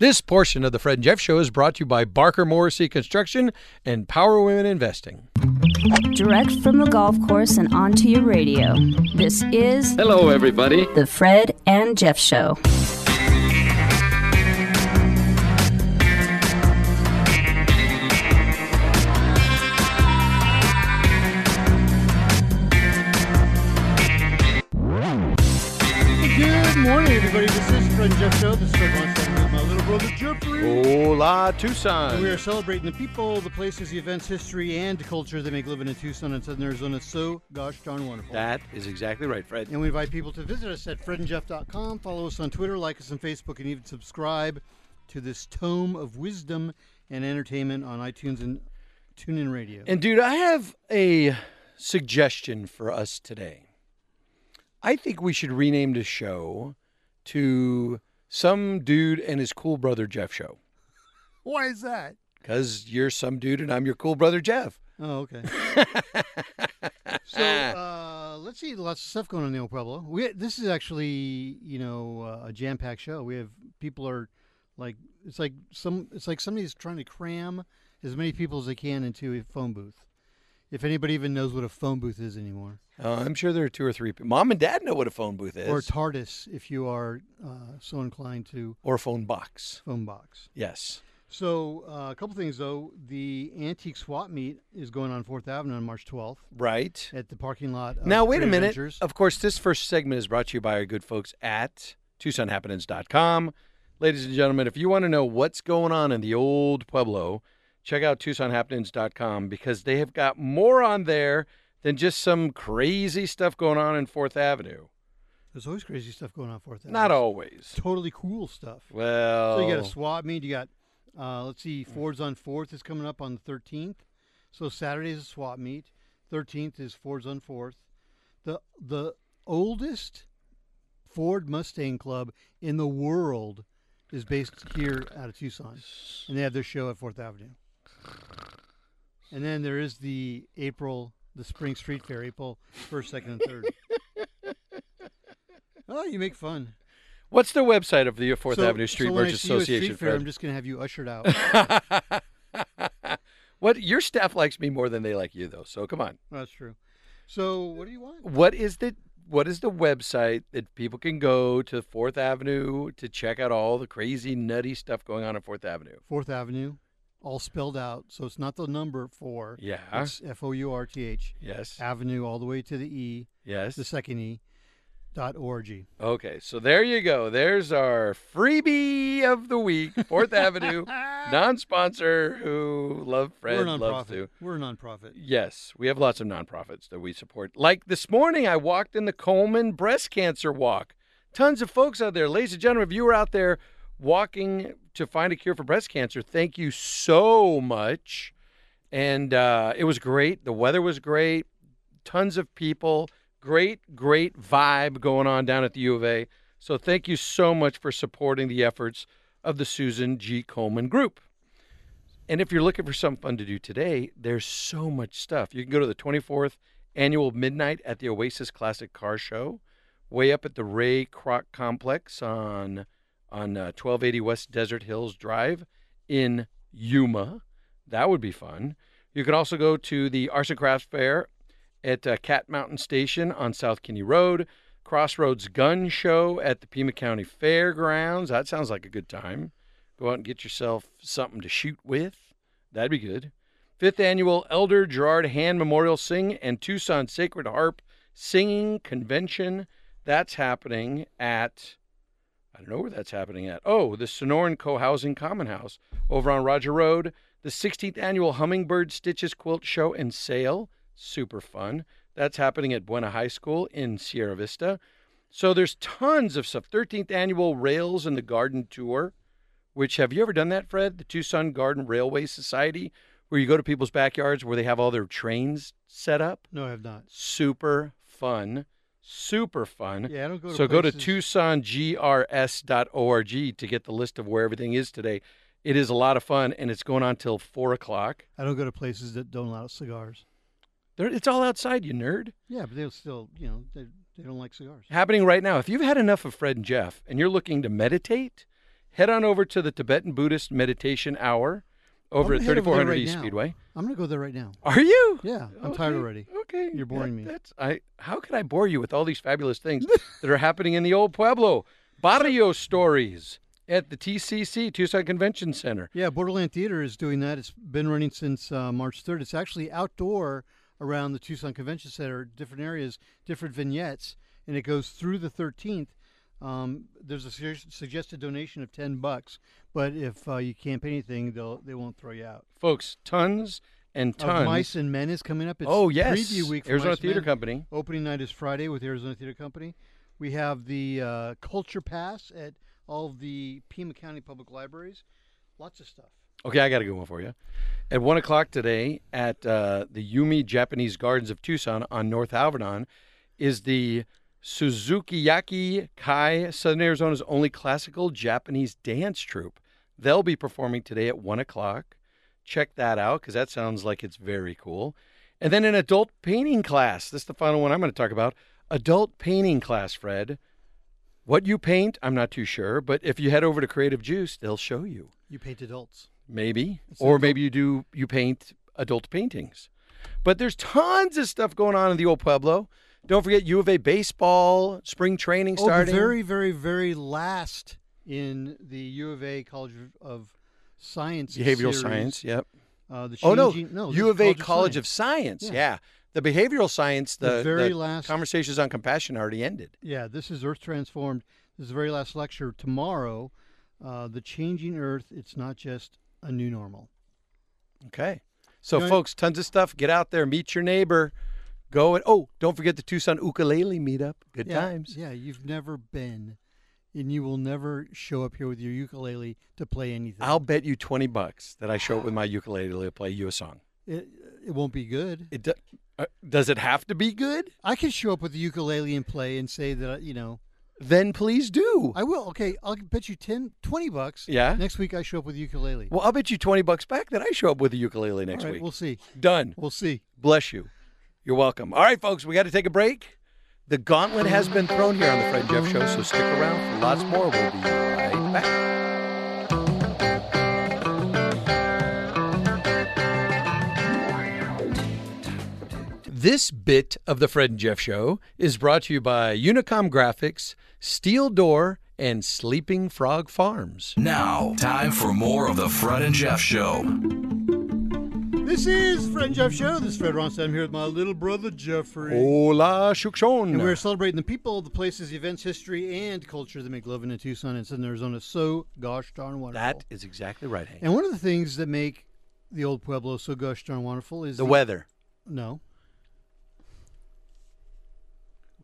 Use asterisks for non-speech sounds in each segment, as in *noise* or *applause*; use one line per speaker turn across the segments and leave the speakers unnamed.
This portion of the Fred and Jeff Show is brought to you by Barker Morrissey Construction and Power Women Investing.
Direct from the golf course and onto your radio. This is
Hello, everybody.
the Fred and Jeff Show.
Good morning, everybody. This is Fred and Jeff Show. This is Fred Monstein with my little brother Jeffrey.
Hola,
We are
Tucson.
celebrating the people, the places, the events, history, and culture that make living in Tucson and Southern Arizona so gosh darn wonderful.
That is exactly right, Fred.
and we invite people to visit us at fredandjeff.com, follow us on Twitter, like us on Facebook, and even subscribe to this tome of wisdom and entertainment on iTunes and TuneIn Radio.
And, dude, I have a suggestion for us today. I think we should rename the show to Some Dude and His Cool Brother Jeff Show.
Why is that?
Because you're some dude and I'm your cool brother Jeff. *laughs*
Oh, okay. so uh, let's see, lots of stuff going on in the El Pueblo. We this is actually you know uh, a jam packed show. We have people are like it's like some it's like somebody's trying to cram as many people as they can into a phone booth. If anybody even knows what a phone booth is anymore,
Uh, I'm sure there are two or three. People. Mom and dad know what a phone booth is.
or TARDIS, if you are uh, so inclined to
or a phone box.
phone box.
Yes.
So uh, a couple things though, the antique swap meet is going on Fourth Avenue on March twelfth
Right.
at the parking lot. Of
Now, wait a
Creative
minute.
Ventures.
Of course, this first segment is brought to you by our good folks at TucsonHappenings.com. Ladies and gentlemen, if you want to know what's going on in the old Pueblo, check out TucsonHappenings.com because they have got more on there than just some crazy stuff going on in Fourth Avenue.
There's always crazy stuff going on Fourth Avenue.
Not always.
Totally cool stuff.
Well,
So you got a swap meet. You got, uh, let's see, Ford's on Fourth is coming up on the 13th. So Saturday is a swap meet. 13th is Ford's on Fourth. The the oldest Ford Mustang Club in the world is based here out of Tucson, and they have their show at Fourth Avenue. And then there is the April, the Spring Street Fair, April first, second, and third. oh, you make fun.
what's the website of the Fourth
So-
Avenue Street
so when I
Merchants
see you at
Association?
Street fair,
Fred?
I'm just going to have you ushered out.
*laughs* what your staff likes me more than they like you though so come on
That's true. So what do you want?
what is the what is the website that people can go to fourth avenue to check out all the crazy nutty stuff going on at fourth avenue
Fourth Avenue, all spelled out. So it's not the number four.
yeah
It's F O U R T H
yes
Avenue all the way to the E,
yes
the second E, dot org.
okay so there you go there's our freebie of the week fourth
*laughs*
avenue non-sponsor who love fred
We're a
loves to
nonprofit. We're a nonprofit.
Yes, we have lots of nonprofits that we support. Like this morning, I walked in the Coleman Breast Cancer Walk. Tons of folks out there. Ladies and gentlemen, if you were out there walking to find a cure for breast cancer, thank you so much. And uh, it was great. The weather was great. Tons of people. Great, great vibe going on down at the U of A. So thank you so much for supporting the efforts of the Susan G. Coleman Group. And if you're looking for something fun to do today, there's so much stuff. You can go to the 24th annual Midnight at the Oasis Classic Car Show, way up at the Ray Kroc Complex on on uh, 1280 West Desert Hills Drive in Yuma. That would be fun. You can also go to the Arts and Crafts Fair at uh, Cat Mountain Station on South Kinney Road, Crossroads Gun Show at the Pima County Fairgrounds. That sounds like a good time. Go out and get yourself something to shoot with. That'd be good. Fifth annual Elder Gerard Hand Memorial Sing and Tucson Sacred Harp Singing Convention. That's happening at, I don't know where that's happening at. Oh, the Sonoran Co Housing Common House over on Roger Road. The 16th annual Hummingbird Stitches Quilt Show and Sale. Super fun. That's happening at Buena High School in Sierra Vista. So there's tons of stuff. 13th annual Rails in the Garden Tour which have you ever done that, Fred? The Tucson Garden Railway Society, where you go to people's backyards where they have all their trains set up.
No, I have not.
Super fun. Super fun.
Yeah, I don't go to
so go to
places-
TucsonGRS.org to get the list of where everything is today. It is a lot of fun, and it's going on till four o'clock.
I don't go to places that don't allow cigars.
There, it's all outside, you nerd.
Yeah, but they'll still, you know, they, they don't like cigars.
Happening right now. If you've had enough of Fred and Jeff, and you're looking to meditate, head on over to the Tibetan Buddhist Meditation Hour over
I'm
at
gonna head over there
3400
right
East
now.
Speedway.
I'm gonna go there right now.
Are you?
Yeah, I'm tired
Okay,
already.
Okay,
You're boring me.
That's I. How could I bore you with all these fabulous things that
*laughs*
are happening in the old pueblo? Barrio stories at the TCC Tucson Convention Center.
Yeah, Borderland Theater is doing that. It's been running since uh, March 3rd. It's actually outdoor around the Tucson Convention Center, different areas, different vignettes, and it goes through the 13th. Um, there's a sug- suggested donation of 10 bucks, but if uh, you camp anything, they'll they won't throw you out.
Folks, tons and
Of
tons.
Mice and Men is coming up. It's
oh yes,
preview week for
Arizona
Mice and
Theater
Men.
Company.
Opening night is Friday with Arizona Theater Company. We have the uh, Culture Pass at all of the Pima County Public Libraries. Lots of stuff.
Okay, I got a good one for you. At one o'clock today at uh, the Yumi Japanese Gardens of Tucson on North Alvernon is the Suzukiyaki Kai, Southern Arizona's only classical Japanese dance troupe. They'll be performing today at one o'clock. Check that out because that sounds like it's very cool. And then an adult painting class. This is the final one I'm going to talk about. Adult painting class, Fred. What you paint, I'm not too sure, but if you head over to Creative Juice, they'll show you
You paint adults.
maybe
It's
or
adult-
maybe you do you paint adult paintings but there's tons of stuff going on in the old pueblo don't forget u of a baseball spring training
Oh, the
starting
very, very, very last in the U of A College of- of Science
behavioral
series,
science yep
Uh, the
oh no,
changing- this
u
is
of a college of
Science.
science,
Yeah.
yeah. the behavioral science the,
The very
the
last-
conversations on compassion already ended
Yeah, this is Earth Transformed. This is the very last lecture tomorrow. Uh, the changing Earth. It's not just a new normal.
okay so
You know,
folks tons of stuff get out there meet your neighbor go and oh don't forget the tucson ukulele meetup good
yeah,
times
Yeah, you've never been, and you will never show up here with your ukulele to play anything.
i'll bet you 20 bucks that i show
*gasps*
up with my ukulele to play you a song
It, it won't be good.
It do, uh, does it have to be good?
I can show up with the ukulele and play and say that I- you know
Then please do.
I will. Okay, I'll bet you 10, 20 bucks.
Yeah?
Next week I show up with ukulele.
well, I'll bet you twenty bucks back that I show up with a ukulele next
All right,
week.
We'll see.
Done.
We'll see.
Bless you. You're welcome. All right, folks, we got to take a break. The gauntlet has been thrown here on the Fred Jeff Show, so stick around for lots more. We'll be right back. This bit of the Fred and Jeff Show is brought to you by Unicom Graphics, Steel Door, and Sleeping Frog Farms.
Now, time for more of the Fred and Jeff Show.
This is Fred and Jeff Show. This is Fred Ronstadt. I'm here with my little brother Jeffrey.
Oh, Hola,
And we're
Shukshon.
celebrating the people, the places, the events, history, and culture that make loving in Tucson and Southern Arizona so gosh darn wonderful.
That is exactly right, Hank.
and one of the things that make the old Pueblo so gosh darn wonderful is
The weather.
No,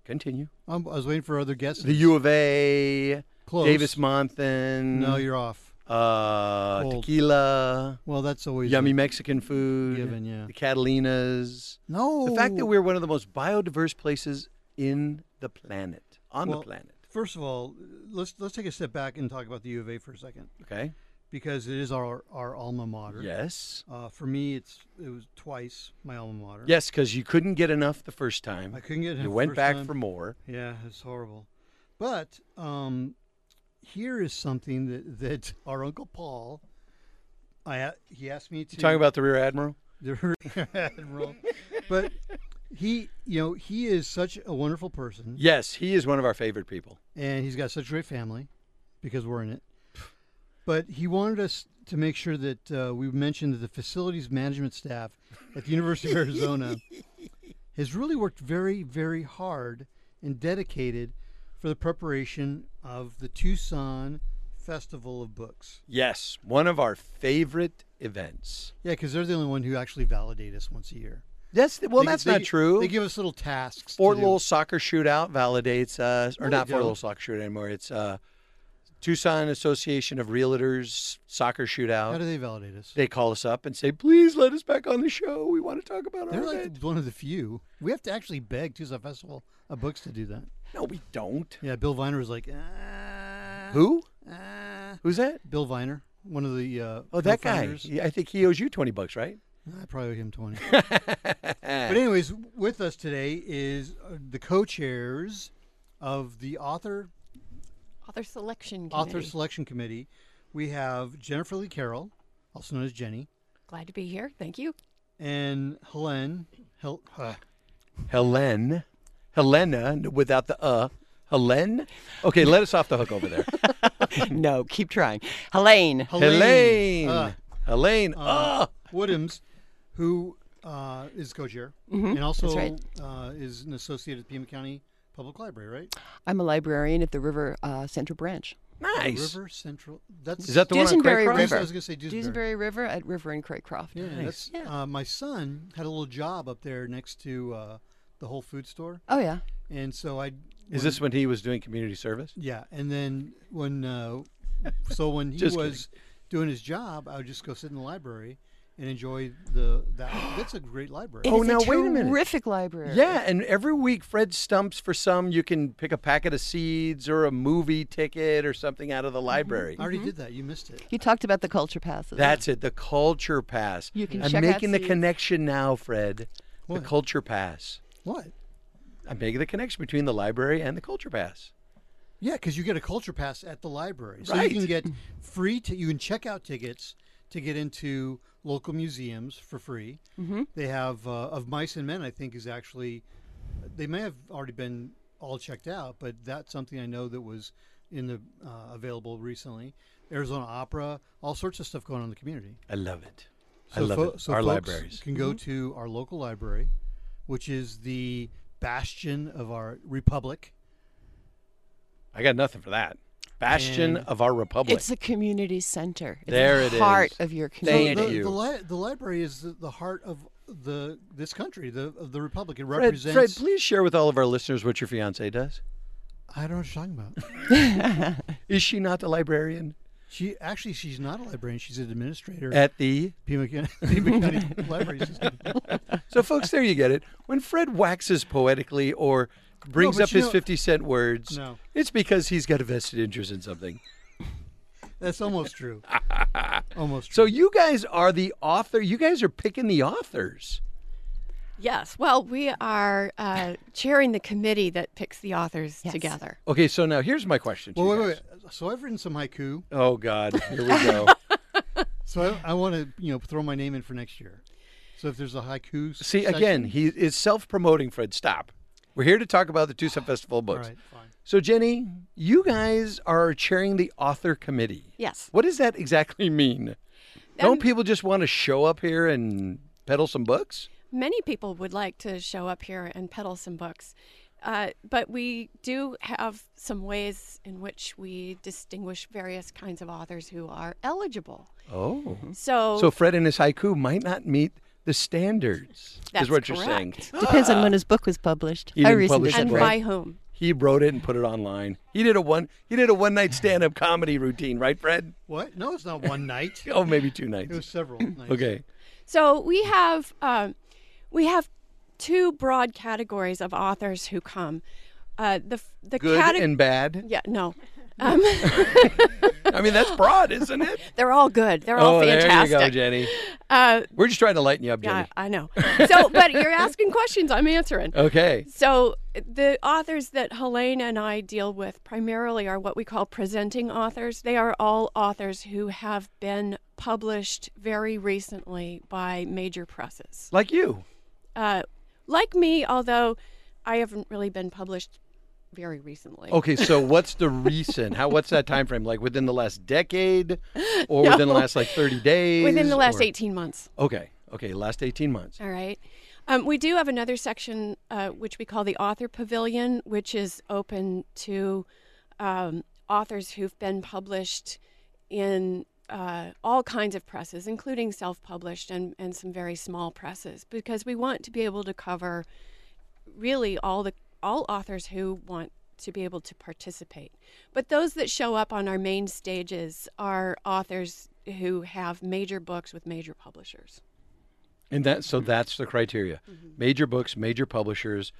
Continue.
I'm, I was waiting for other guesses.
The U of A,
Close.
Davis Monthan,
No, you're off.
uh,
Old.
tequila,
Well, that's always
yummy Mexican food,
Given, yeah.
the Catalinas.
No,
The fact that we're one of the most biodiverse places in the planet, on
Well,
the planet.
First of all, let's let's take a step back and talk about the U of A for a second
Okay.
because it is our our alma mater.
Yes.
Uh, for me, it's it was twice my alma mater.
Yes, because you couldn't get enough the first time.
I couldn't get. it
You
the
went
first
back
time.
for more.
Yeah, it's horrible. But um, here is something that that our uncle Paul, I a- he asked me to
You talking about the Rear Admiral?
the Rear *laughs* admiral, but he you know he is such a wonderful person.
Yes, he is one of our favorite people.
and he's got such a great family because we're in it. But he wanted us to make sure that uh, we mentioned that the facilities management staff at the University of
*laughs*
Arizona has really worked very, very hard and dedicated for the preparation of the Tucson Festival of Books.
Yes, one of our favorite events.
Yeah, because they're the only one who actually validate us once a year.
Yes, well,
They-
that's
they-
not true.
They give us little tasks. to
Fort
do.
Lowell Soccer Shootout validates us, or
No,
not
they
Fort
don't.
Lowell Soccer Shootout anymore. It's uh, Tucson Association of Realtors Soccer
How
Shootout.
do they validate us?
They call us up and say, "Please let us back on the show. We want to talk about our
They're
event."
like one of the few. We have to actually beg Tucson Festival of Books to do that.
No, we don't.
Yeah, Bill Viner was like, ah,
Who?
ah."
Who's that?
Bill Viner, one of the uh,
Oh, that guy.
co-founders.
Yeah, I think he owes you twenty bucks, right?
I probably owe
*laughs*
him twenty. but anyways, with us today is uh, the co-chairs of the author
Author selection committee.
Author Selection Committee. We have Jennifer Lee Carroll, also known as Jenny,
Glad to be here. Thank you.
and Helen. Hel- uh,
Helen, Helena n- without the uh, Helen. Okay, let us off the hook over
*laughs*
there.
*laughs* no, keep trying. Helene.
Helene,
uh,
Helene, uh,
Woodhams, who uh, is co-chair and also
right.
uh, is an associate at Pima County Public Library, right?
I'm a librarian at the River uh, Center Branch.
nice.
River Central. That's
Is that the
Duesenberry
one? on Craycross?
Dues- I
River.
was going to say Duesenberry.
Duesenberry River at River and Craycroft.
Yeah, that's, uh, my son had a little job up there next to uh, the Whole Food store,
Oh, yeah.
and so I
Is this when he was doing community service?
Yeah, and then when uh, so when he
*laughs*
was
Just kidding.
doing his job, I would just go sit in the library and enjoy the that. that's a great library.
Oh,
It's
now, wait a minute.
Terrific library.
Yeah, and every week Fred stumps for some. You can pick a packet of seeds or a movie ticket or something out of the library.
I already
Mm-hmm.
did that. Mm-hmm. You missed it.
You talked about the culture passes.
That's it. The culture pass.
You can
I'm
check out
making the
seeds.
connection now, Fred.
What?
The culture pass.
What?
I'm making the connection between the library and the culture pass.
Yeah, because you get a culture pass at the library, so
Right.
you
*laughs*
can get free. T- you can check out tickets to get into local museums for free. Mm-hmm. They have uh, of mice and men. I think is actually they may have already been all checked out, but that's something I know that was in the uh, available recently. Arizona Opera, all sorts of stuff going on in the community.
I love it.
So
I love
fo-
it.
so
Our
folks
libraries. Mm-hmm.
can go to our local library, which is the bastion of our republic.
I got nothing for that. Bastion
And-
of our republic.
It's a community center. It's
There
the
it
heart
is.
of your
Thank
community.
the,
you.
The, li- the library is the, the heart of the this country, the of the republic. It
Fred,
represents.
Fred, please share with all of our listeners what your fiance does.
I don't know what you're talking about.
Is she not the librarian
She actually, she's not a librarian. She's an administrator
at the?
Pima *laughs* County, Pima County
*laughs*
Library System.
So, folks, there you get it. When Fred waxes poetically or brings
but
up
you
his
know-
50 cent words,
No.
it's because he's got a vested interest in something.
That's almost
*laughs*
true. Almost.
So,
True.
you guys are the author. You guys are picking the authors.
Yes. Well, we are uh, chairing the committee that picks the authors
Yes.
together.
Okay, so now here's my question to
Well,
you
wait, wait,
guys.
wait. So I've written some haiku.
Oh, God. Here we
*laughs*
go.
So I, I want to, you know, throw my name in for next year. So if there's a haiku, s-
See,
section-
again, he is self promoting, Fred. Stop. We're here to talk about the Tucson Festival
All
books.
right, fine.
So, Jenny, you guys are chairing the author committee.
Yes.
What does that exactly mean? Don't people just want to show up here and peddle some books?
Many people would like to show up here and peddle some books, uh, but we do have some ways in which we distinguish various kinds of authors who are eligible.
Oh.
So,
So, Fred and his haiku might not meet the standards,
That's
is what you're saying.
correct.
Depends on when his book was published.
He Ah.
I
didn't
recently
publish
read
and
it,
one.
right?
by whom?
He wrote it and put it online. He did a one he did a one night stand up comedy routine, right, Fred?
What? No, it's not one night.
*laughs* Oh, maybe two
It was
nights.
several
*laughs*
nights.
Okay.
So we have um, we have two broad categories of authors who come. Uh, the f- the
Good
cate-
and bad.
yeah no, um, *laughs*
I mean, that's broad, isn't it?
they're all good. They're all
oh,
fantastic.
there you go, Jenny.
Uh,
We're just trying to lighten you up, Jenny. Oh.
yeah, I know. So, but you're asking questions. I'm answering.
Okay.
So the authors that Helene and I deal with primarily are what we call presenting authors. They are all authors who have been published very recently by major presses.
Like you.
uh, like me, although I haven't really been published very recently.
Okay, so what's the recent? How what's that time frame? Like within the last decade, or within the
*laughs* No.
last like thirty days?
Within the last
or-
18 months.
Okay, okay, last eighteen months.
All right. Um, we do have another section uh, which we call the Author Pavilion, which is open to um, authors who've been published in uh, all kinds of presses, including self published and, and some very small presses, because we want to be able to cover really all the all authors who want to be able to participate. But those that show up on our main stages are authors who have major books with major publishers.
And that so that's the criteria: major books, major publishers,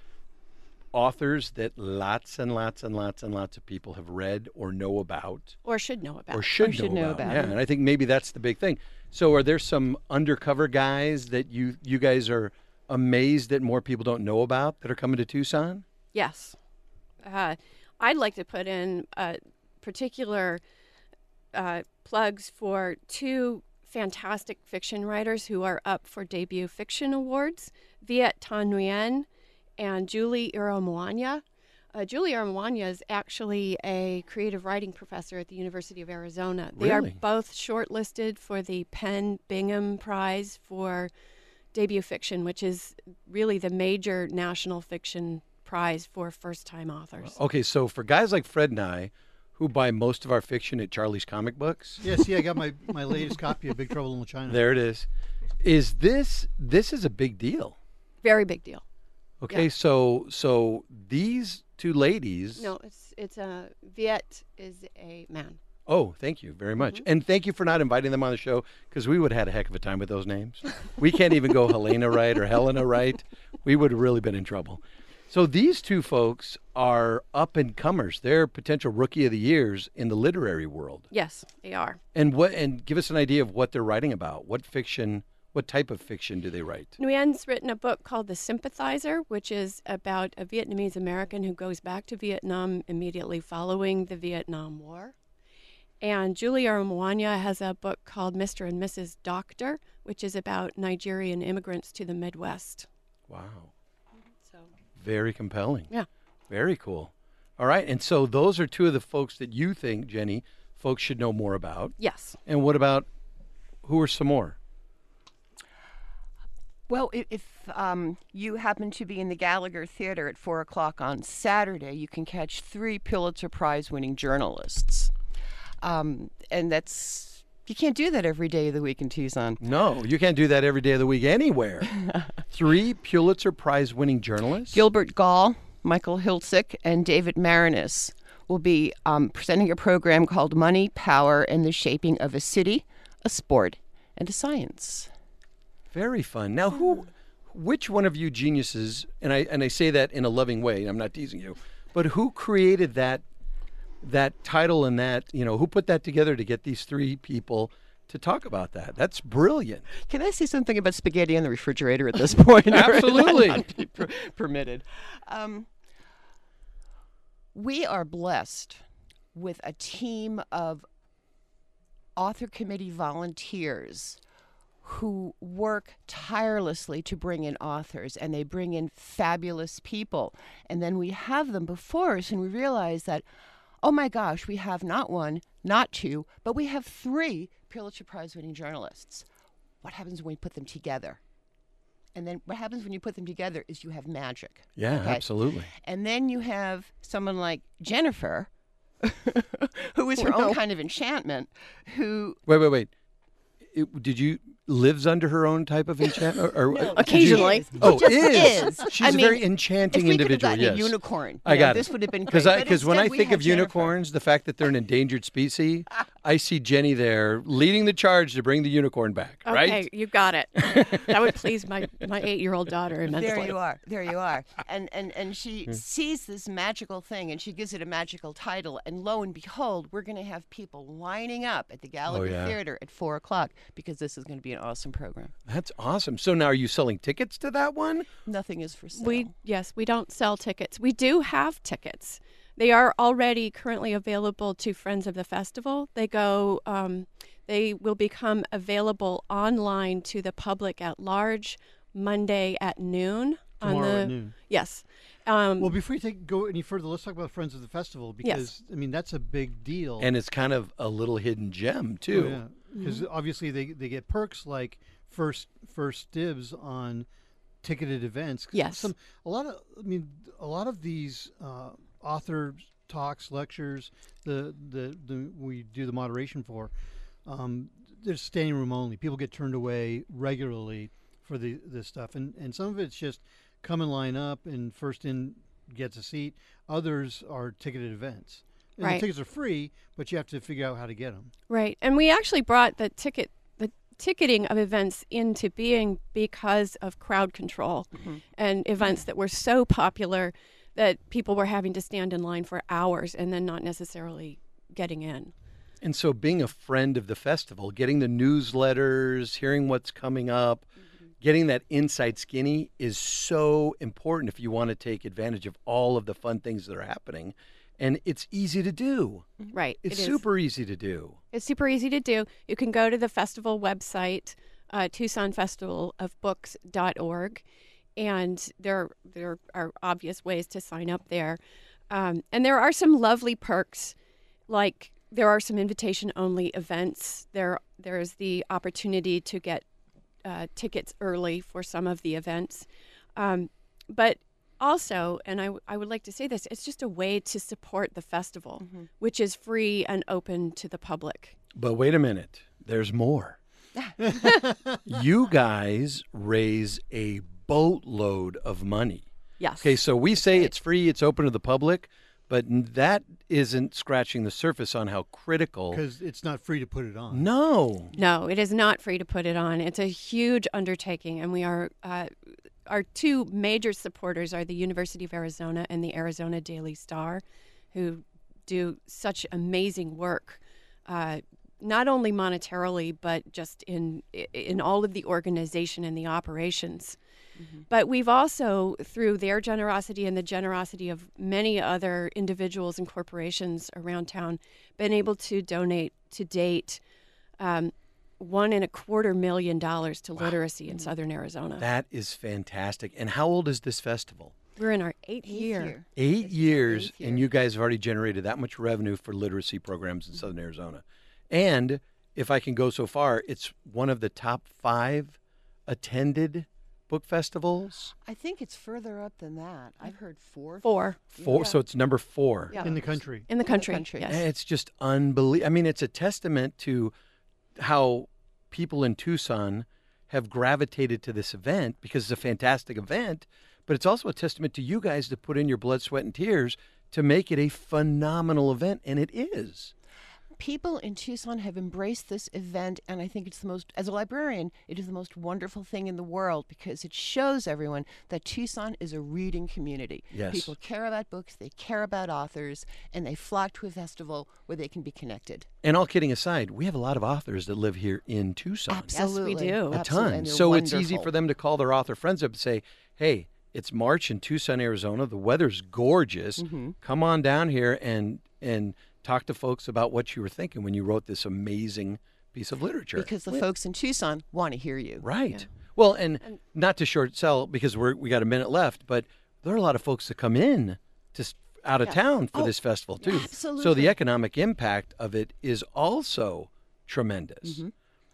authors that lots and lots and lots and lots of people have read or know about
or should know about.
or should,
should
know,
know
about.
about.
Yeah, and I think maybe that's the big thing. So, are there some undercover guys that you you guys are amazed that more people don't know about that are coming to Tucson?
yes. Uh, I'd like to put in uh, particular uh, plugs for two fantastic fiction writers who are up for debut fiction awards Viet Tan Nguyen and Julie Iramwanya. Uh, Julie Iramwanya is actually a creative writing professor at the University of Arizona. They
Really?
are both shortlisted for the Penn Bingham Prize for debut fiction, which is really the major national fiction prize for first time authors.
Okay, so for guys like Fred and I, who buy most of our fiction at Charlie's Comic Books,
Yeah, see, I got my, my latest copy of Big Trouble in Little China.
there it is. Is this this is a big deal?
Very big deal.
Okay, so so these two ladies.
No, it's it's a Viet is a man.
Oh, thank you very much, and thank you for not inviting them on the show because we would have had a heck of a time with those names. we can't even go Helena right or Helena right. We would have really been in trouble. So these two folks are up and comers. They're potential rookie of the years in the literary world.
Yes, they are.
And what? And give us an idea of what they're writing about. What fiction? What type of fiction do they write?
Nguyen's written a book called The Sympathizer, which is about a Vietnamese American who goes back to Vietnam immediately following the Vietnam War. And Julia Mwanya has a book called Mr. and Mrs. Doctor, which is about Nigerian immigrants to the Midwest.
Wow,
So,
very compelling.
yeah.
Very cool. All right, and so those are two of the folks that you think Jenny folks should know more about.
Yes.
And what about who are some more?
Well, i- if um, you happen to be in the Gallagher Theater at four o'clock on Saturday, you can catch three Pulitzer Prize-winning journalists, um, and that's you can't do that every day of the week in Tucson.
No, you can't do that every day of the week
*laughs*
anywhere. Three Pulitzer Prize winning journalists.
Gilbert Gall, Michael Hiltzik, and David Marinus will be um, presenting a program called Money, Power, and the Shaping of a City, a Sport, and a Science.
Very fun. Now, who, which one of you geniuses? And I and I say that in a loving way. I'm not teasing you, but who created that that title and that you know who put that together to get these three people to talk about that? That's brilliant.
Can I say something about spaghetti in the refrigerator at this *laughs* point? Or would that
*laughs* Absolutely.
not be per- permitted. Um, we are blessed with a team of author committee volunteers who work tirelessly to bring in authors and they bring in fabulous people. And then we have them before us and we realize that, oh my gosh, we have not one, not two, but we have three Pulitzer Prize winning journalists. What happens when we put them together? And then what happens when you put them together is you have magic.
Yeah,
okay?
absolutely.
And then you have someone like Jennifer, *laughs* who is her own kind of enchantment, who
Wait, wait, wait. It, did you lives under her own type of enchantment? Or, did you-
Occasionally.
She
oh,
just
is.
is.
She's
I
a
mean,
very enchanting
if we could have
individual.
gotten a
yes,
unicorn,
I
you know,
got it.
this would have been
because
great,
I
but
because when I
instead we
think
have
of
Jennifer.
unicorns, the fact that they're an endangered species, I see Jenny there leading the charge to bring the unicorn back.
Okay,
Right?
you got it.
*laughs*
that would please my, my eight year old daughter immensely.
There you are. There
*laughs*
you are. And and and she
Hmm.
sees this magical thing and she gives it a magical title. And lo and behold, we're going to have people lining up at the Gallagher
Oh, yeah.
Theater at four o'clock because this is going to be an awesome program.
That's awesome. So now, are you selling tickets to that one?
Nothing is for sale.
We yes, we don't sell tickets. We do have tickets. They are already currently available to friends of the festival. They go. Um, they will become available online to the public at large Monday at noon.
Tomorrow
on the,
at noon.
Yes. Um,
Well, before you take go any further, let's talk about Friends of the Festival because I mean that's a big deal.
And it's kind of a little hidden gem
Oh,
too.
yeah,
Mm-hmm.
because obviously they, they get perks like first first dibs on ticketed events. 'Cause
Yes.
some a lot of I mean a lot of these uh, author talks, lectures, the, the the we do the moderation for. Um, they're standing room only. People get turned away regularly for the this stuff, and and some of it's just come and line up, and first in gets a seat. Others are ticketed events. And
Right.
The tickets are free, but you have to figure out how to get them.
Right, and we actually brought the ticket the ticketing of events into being because of crowd control and events that were so popular that people were having to stand in line for hours and then not necessarily getting in.
And so, being a friend of the festival, getting the newsletters, hearing what's coming up,
Mm-hmm.
getting that inside skinny is so important if you want to take advantage of all of the fun things that are happening. and it's easy to do.
Right.
It's
it is.
super easy to do.
It's super easy to do. You can go to the festival website, uh, Tucson Festival of Books.org, and there there are obvious ways to sign up there. Um, and there are some lovely perks, like there are some invitation only events. There there is the opportunity to get uh, tickets early for some of the events. Um, but also, and I, w- I would like to say this, it's just a way to support the festival, which is free and open to the public.
But wait a minute, there's more. you guys raise a boatload of money.
Yes.
Okay, so we say it's free, it's open to the public, but n- that isn't scratching the surface on how critical.
because it's not free to put it on.
No.
No, it is not free to put it on. It's a huge undertaking, and we are uh, our two major supporters are the University of Arizona and the Arizona Daily Star, who do such amazing work, uh, not only monetarily but just in in all of the organization and the operations. But we've also, through their generosity and the generosity of many other individuals and corporations around town, been able to donate to date um, one and a quarter million dollars to literacy in southern Arizona.
That is fantastic. And how old is this festival?
We're in our eighth,
Eighth
year.
year.
Eight years,
eighth
and
year.
you guys have already generated that much revenue for literacy programs in Southern Arizona. And if I can go so far, it's one of the top five attended book festivals.
I think it's further up than that. I've heard four.
Four
Four,
Yeah.
so it's number four.
Yeah.
In the country.
in the country.
country.
Yes.
And It's just unbelievable. I mean, it's a testament to how people in Tucson have gravitated to this event because it's a fantastic event, but it's also a testament to you guys to put in your blood, sweat, and tears to make it a phenomenal event, and it is.
People in Tucson have embraced this event, and I think it's the most, as a librarian, it is the most wonderful thing in the world because it shows everyone that Tucson is a reading community.
Yes.
People care about books, they care about authors, and they flock to a festival where they can be connected.
And all kidding aside, we have a lot of authors that live here in Tucson.
Absolutely.
do.
a
Absolutely,
ton.
and they're
So it's easy
wonderful.
for them to call their author friends up and say, "Hey, it's March in Tucson, Arizona. The weather's gorgeous.
Mm-hmm.
Come on down here and and talk to folks about what you were thinking when you wrote this amazing piece of literature."
Because the folks in Tucson want to hear you.
right. Well, and, not to short sell because we're we got a minute left, but there are a lot of folks that come in to s- out of town for this festival too. So
absolutely.
the economic impact of it is also tremendous.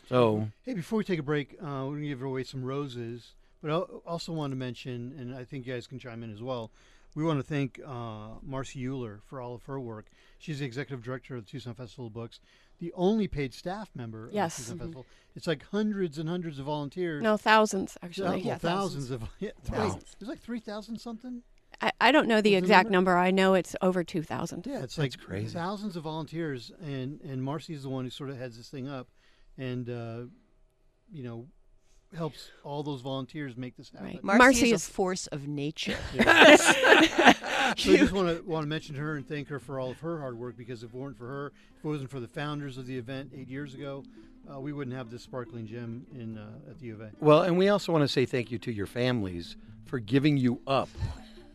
So
Hey, before we take a break, uh, we're going to give away some roses, but I also want to mention, and I think you guys can chime in as well, we want to thank uh, Marcy Euler for all of her work. She's the executive director of the Tucson Festival of Books, the only paid staff member
Yes. Mm-hmm.
of the Tucson Festival. It's like hundreds and hundreds of volunteers.
No, thousands
Yeah,
actually.
well,
Yeah,
thousands,
thousands.
of *laughs* yeah,
Wow.
It's like three thousand something.
I, I don't know the
Is the
exact number? I know it's over two thousand.
Yeah, it's
That's
like
crazy.
thousands of volunteers, and and Marcy's the one who sort of heads this thing up, and uh, you know, helps all those volunteers make this happen.
Right.
Marcy,
Marcy
is
is-
a force
*laughs*
of nature.
So I just want to want to mention her and thank her for all of her hard work because if it weren't for her, if it wasn't for the founders of the event eight years ago, uh, we wouldn't have this sparkling gem in uh, at the U of A.
Well, and we also want to say thank you to your families for giving you up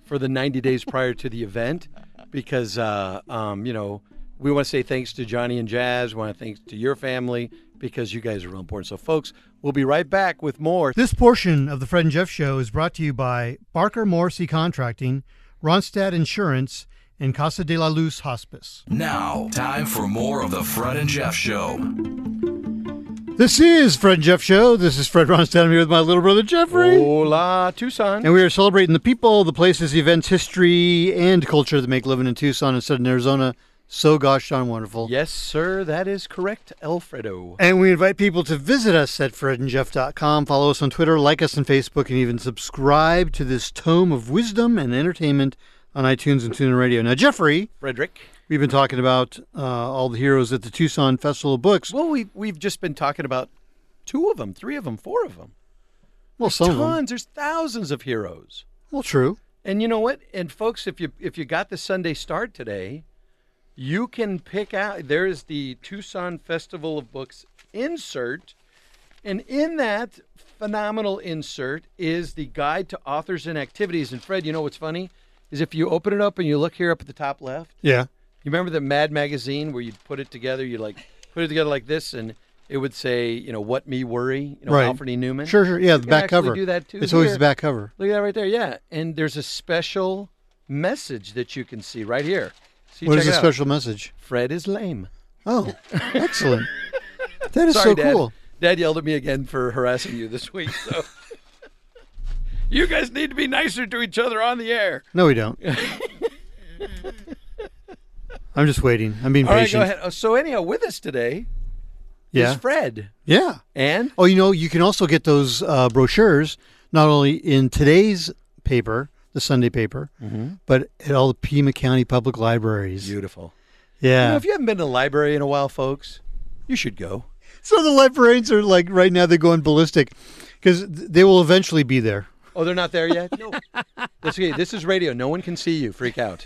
for the 90 days prior to the event because, uh, um, you know, we want to say thanks to Johnny and Jazz. We want to thanks to your family because you guys are real important. So, folks, we'll be right back with more.
This portion of the Fred and Jeff Show is brought to you by Barker Morrissey Contracting, Ronstadt Insurance, and Casa de la Luz Hospice.
Now, time for more of the Fred and Jeff Show.
This is Fred and Jeff Show. This is Fred Ronstadt. I'm here with my little brother Jeffrey.
Oh. Hola, Tucson.
And we are celebrating the people, the places, the events, history, and culture that make living in Tucson and Southern Arizona so gosh darn wonderful.
Yes, sir. That is correct, Alfredo.
And we invite people to visit us at fredandjeff.com, follow us on Twitter, like us on Facebook, and even subscribe to this tome of wisdom and entertainment on iTunes and TuneIn Radio. Now, Jeffrey,
Frederick.
we've been talking about uh, all the heroes at the Tucson Festival of Books.
Well, we, we've just been talking about two of them, three of them, four of them.
Well, some of them.
Tons. There's thousands of heroes.
Well, true.
And you know what? And folks, if you if you got the Sunday start today, you can pick out there is the Tucson Festival of Books insert. And in that phenomenal insert is the guide to authors and activities. And Fred, you know what's funny? is if you open it up and you look here up at the top left.
Yeah.
You remember the Mad magazine where you'd put it together, you like put it together like this, and it would say, you know, what me worry, you know,
Right.
Alfred E. Newman.
Sure, sure. Yeah, the
can
back
actually
cover.
do that too
It's always
here.
the back cover.
Look at that right there, yeah. And there's a special message that you can see right here. See,
What
check
is
it
the
out.
special message?
Fred is lame. *laughs*
Oh, excellent. That is
Sorry,
so
Dad.
cool.
Dad yelled at me again for harassing you this week. So *laughs* you guys need to be nicer to each other on the air.
No, we don't. I'm just waiting. I'm being
All right,
patient.
go ahead. Oh, So anyhow, with us today
Yeah.
is Fred
Yeah.
and
Oh, you know, you can also get those uh, brochures not only in today's paper, the Sunday paper,
Mm-hmm.
but at all the Pima County Public Libraries.
beautiful.
yeah.
You know, if you haven't been to the library in a while, folks, you should go.
so the librarians are like right now they're going ballistic because they will eventually be there.
Oh, they're not there yet. no, that's okay. This is radio. No one can see you. Freak out.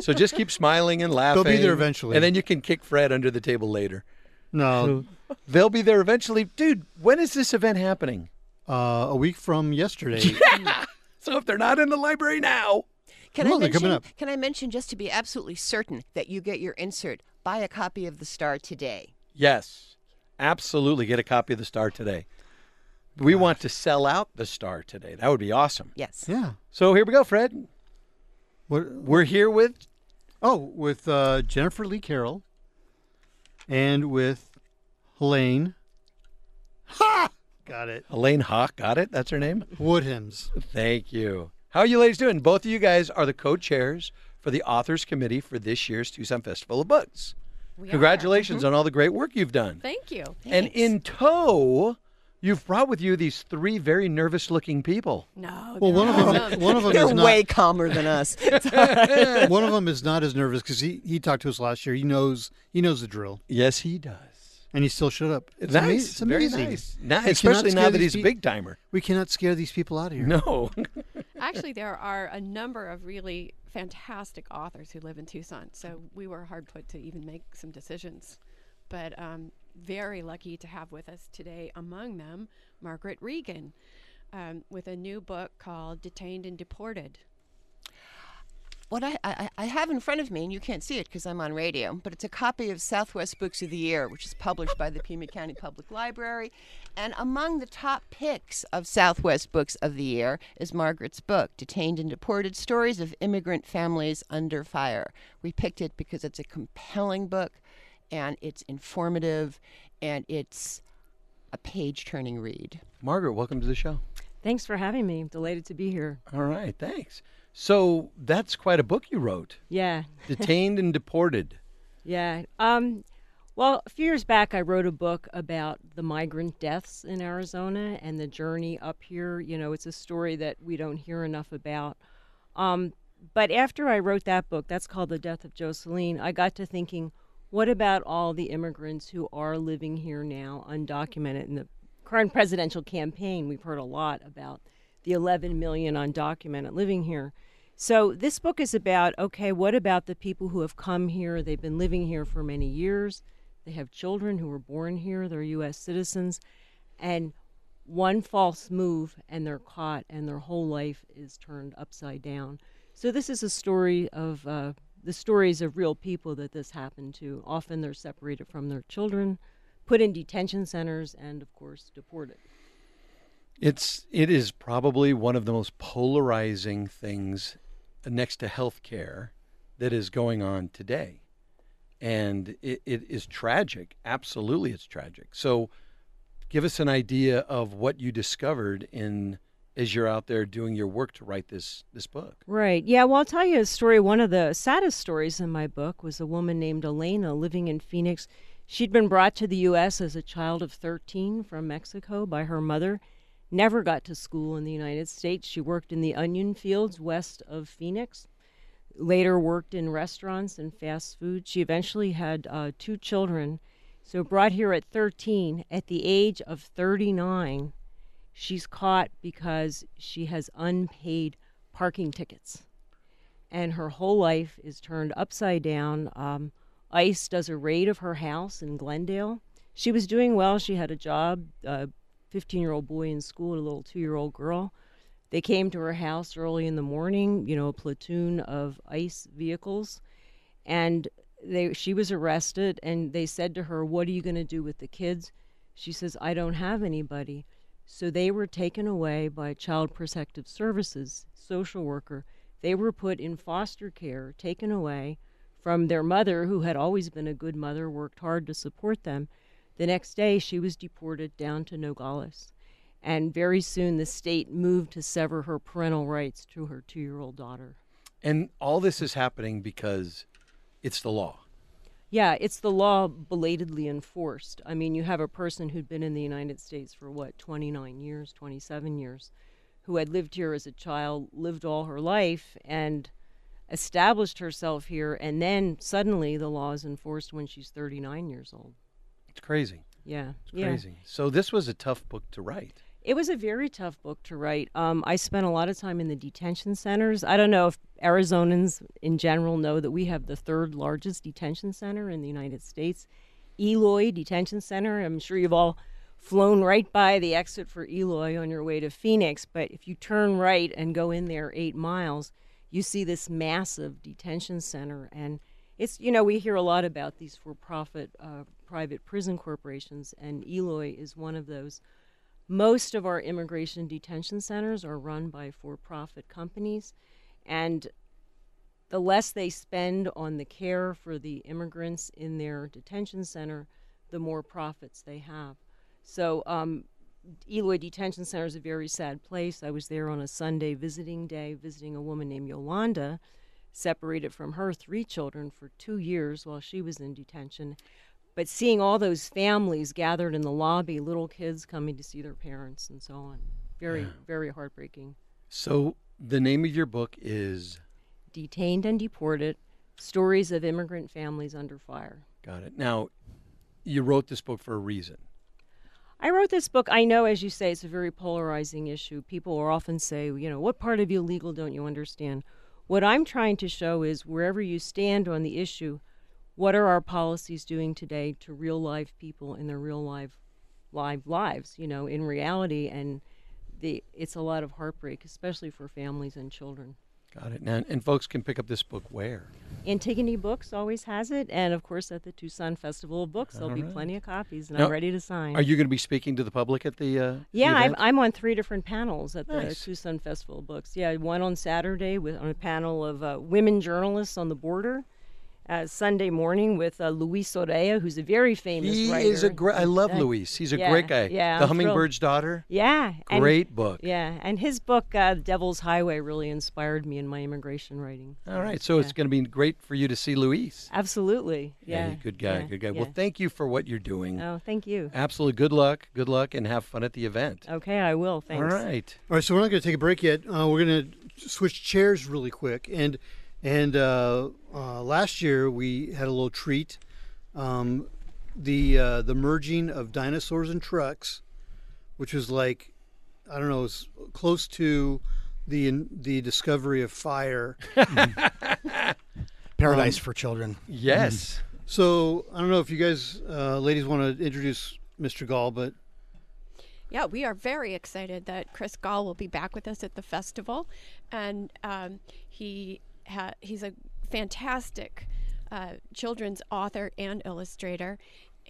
So just keep smiling and laughing.
be there eventually.
and then you can kick Fred under the table later.
No,
They'll be there eventually, dude. When is this event happening?
uh, a week
*laughs*
from yesterday.
So if they're not in the library now,
Can
Well,
I
they're coming
mention?
up.
Can I mention just to be absolutely certain that you get your insert? Buy a copy of the Star today.
Yes, absolutely. Get a copy of the Star today. We want to sell out the Star today. That would be awesome.
Yes.
yeah.
So here we go, Fred.
What?
We're here with
Oh, with uh, Jennifer Lee Carroll and with Helene. Ha! Got it.
Elaine Hawk. Got it? That's her name.
Woodhams.
Thank you. How are you ladies doing? Both of you guys are the co-chairs for the Authors Committee for this year's Tucson Festival of Books. Congratulations on all the great work you've done.
Thank you.
and in tow, you've brought with you these three very nervous-looking people.
No.
Well, one of them.
*laughs*
no.
One of them
You're
is not.
way calmer than us.
one of them is not as nervous because he, he talked to us last year. He knows he knows the drill,
Yes, he does.
and he still showed up. It's
nice.
ama- It's
Very
amazing.
nice. Now-
We cannot
especially now
scare
that
these
he's a
peo-
big
*laughs*
timer.
We cannot scare these people out of here.
No.
Actually, there are a number of really fantastic authors who live in Tucson, so we were hard put to even make some decisions. But um, very lucky to have with us today, among them, Margaret Regan, um, with a new book called Detained and Deported.
*laughs* what I, I, I have in front of me, and you can't see it because I'm on radio, but it's a copy of Southwest Books of the Year, which is published by the Pima County Public Library. And among the top picks of Southwest Books of the Year is Margaret's book, Detained and Deported Stories of Immigrant Families Under Fire. We picked it because it's a compelling book, and it's informative, and it's a page turning read.
Margaret, welcome to the show.
Thanks for having me. Delighted to be here.
All right, thanks. So that's quite a book you wrote.
Yeah,
Detained and deported.
yeah. Um, well, a few years back, I wrote a book about the migrant deaths in Arizona and the journey up here. You know, it's a story that we don't hear enough about. Um, but after I wrote that book, that's called The Death of Joseline, I got to thinking, what about all the immigrants who are living here now, undocumented? In the current presidential campaign, we've heard a lot about the 11 million undocumented living here. So this book is about okay, what about the people who have come here? They've been living here for many years. They have children who were born here, they're U.S. citizens. And one false move and they're caught and their whole life is turned upside down so this is a story of uh, the stories of real people that this happened to often they're separated from their children put in detention centers and of course deported
It's it is probably one of the most polarizing things next to healthcare that is going on today. And it, it is tragic. Absolutely it's tragic. So give us an idea of what you discovered in as you're out there doing your work to write this this book.
Right. Yeah. Well, I'll tell you a story. One of the saddest stories in my book was a woman named Elena living in Phoenix. She'd been brought to the U.S. as a child of 13 from Mexico by her mother, never got to school in the United States. She worked in the onion fields west of Phoenix, later worked in restaurants and fast food. She eventually had uh, two children. So, brought here at 13, at the age of 39, she's caught because she has unpaid parking tickets. And her whole life is turned upside down. Um, ICE does a raid of her house in Glendale. She was doing well. She had a job, a 15 year old boy in school, and a little two year old girl. They came to her house early in the morning, you know, a platoon of ICE vehicles, and they she was arrested and they said to her, "What are you going to do with the kids?" She says, "I don't have anybody." So they were taken away by Child Protective Services social worker. They were put in foster care, taken away from their mother who had always been a good mother, worked hard to support them. The next day, she was deported down to Nogales. And very soon, the state moved to sever her parental rights to her two year old daughter.
And all this is happening because it's the law.
Yeah, it's the law belatedly enforced. I mean, you have a person who'd been in the United States for what, 29 years, 27 years, who had lived here as a child, lived all her life, and established herself here. And then suddenly the law is enforced when she's 39 years old.
It's crazy.
Yeah.
It's
yeah.
crazy. So this was a tough book to write.
It was a very tough book to write. Um, I spent a lot of time in the detention centers. I don't know if Arizonans in general know that we have the third largest detention center in the United States, Eloy Detention Center. I'm sure you've all flown right by the exit for Eloy on your way to Phoenix, but if you turn right and go in there eight miles, you see this massive detention center. And it's, you know, we hear a lot about these for profit uh, private prison corporations, and Eloy is one of those. Most of our immigration detention centers are run by for profit companies, and the less they spend on the care for the immigrants in their detention center, the more profits they have. So, um, Eloy Detention Center is a very sad place. I was there on a Sunday visiting day, visiting a woman named Yolanda, separated from her three children for two years while she was in detention but seeing all those families gathered in the lobby, little kids coming to see their parents and so on. Very, very heartbreaking.
So the name of your book is
Detained and deported, stories of immigrant families under fire.
Got it. Now, you wrote this book for a reason.
I wrote this book. I know, as you say, it's a very polarizing issue. People are often say, you know, what part of illegal don't you understand? What I'm trying to show is wherever you stand on the issue, what are our policies doing today to real live people in their real life live lives, you know, in reality and the it's a lot of heartbreak, especially for families and children.
Got it. Now, and folks can pick up this book where?
Antigone Books always has it, and of course at the Tucson Festival of Books, there'll be
Alright.
plenty of copies, and
Now,
I'm ready to sign.
Are you going to be speaking to the public at the? Uh, the
Yeah, I'm,
event?
I'm on three different panels at the
Nice.
Tucson Festival of Books. Yeah, one on Saturday with on a panel of uh, women journalists on the border. Uh, Sunday morning with uh, Luis Orea, who's a very famous
He
writer.
is a great. I love
Uh,
Luis. He's a
yeah,
great guy.
yeah,
the
I'm thrilled.
Hummingbird's Daughter.
Yeah, and-
Great book.
yeah, and his book uh, "Devil's Highway" really inspired me in my immigration writing.
All right. So it's going to be great for you to see Luis.
Absolutely. Yeah.
good guy.
yeah,
good guy.
yeah.
Well, thank you for what you're doing.
oh, thank you.
Absolutely. Good luck. Good luck, and have fun at the event.
Okay, I will. Oh, Thanks.
All right.
All right, so we're not going to take a break yet. Uh, we're going to switch chairs really quick. And and uh, uh, last year we had a little treat. Um, the uh, the merging of dinosaurs and trucks, which was like, I don't know, it's close to the the discovery of fire.
Paradise for children.
Yes.
*laughs*
So I don't know if you guys, uh, ladies, want to introduce Mr. Gall, but
Yeah, we are very excited that Chris Gall will be back with us at the festival, and um, he ha- he's a fantastic uh, children's author and illustrator.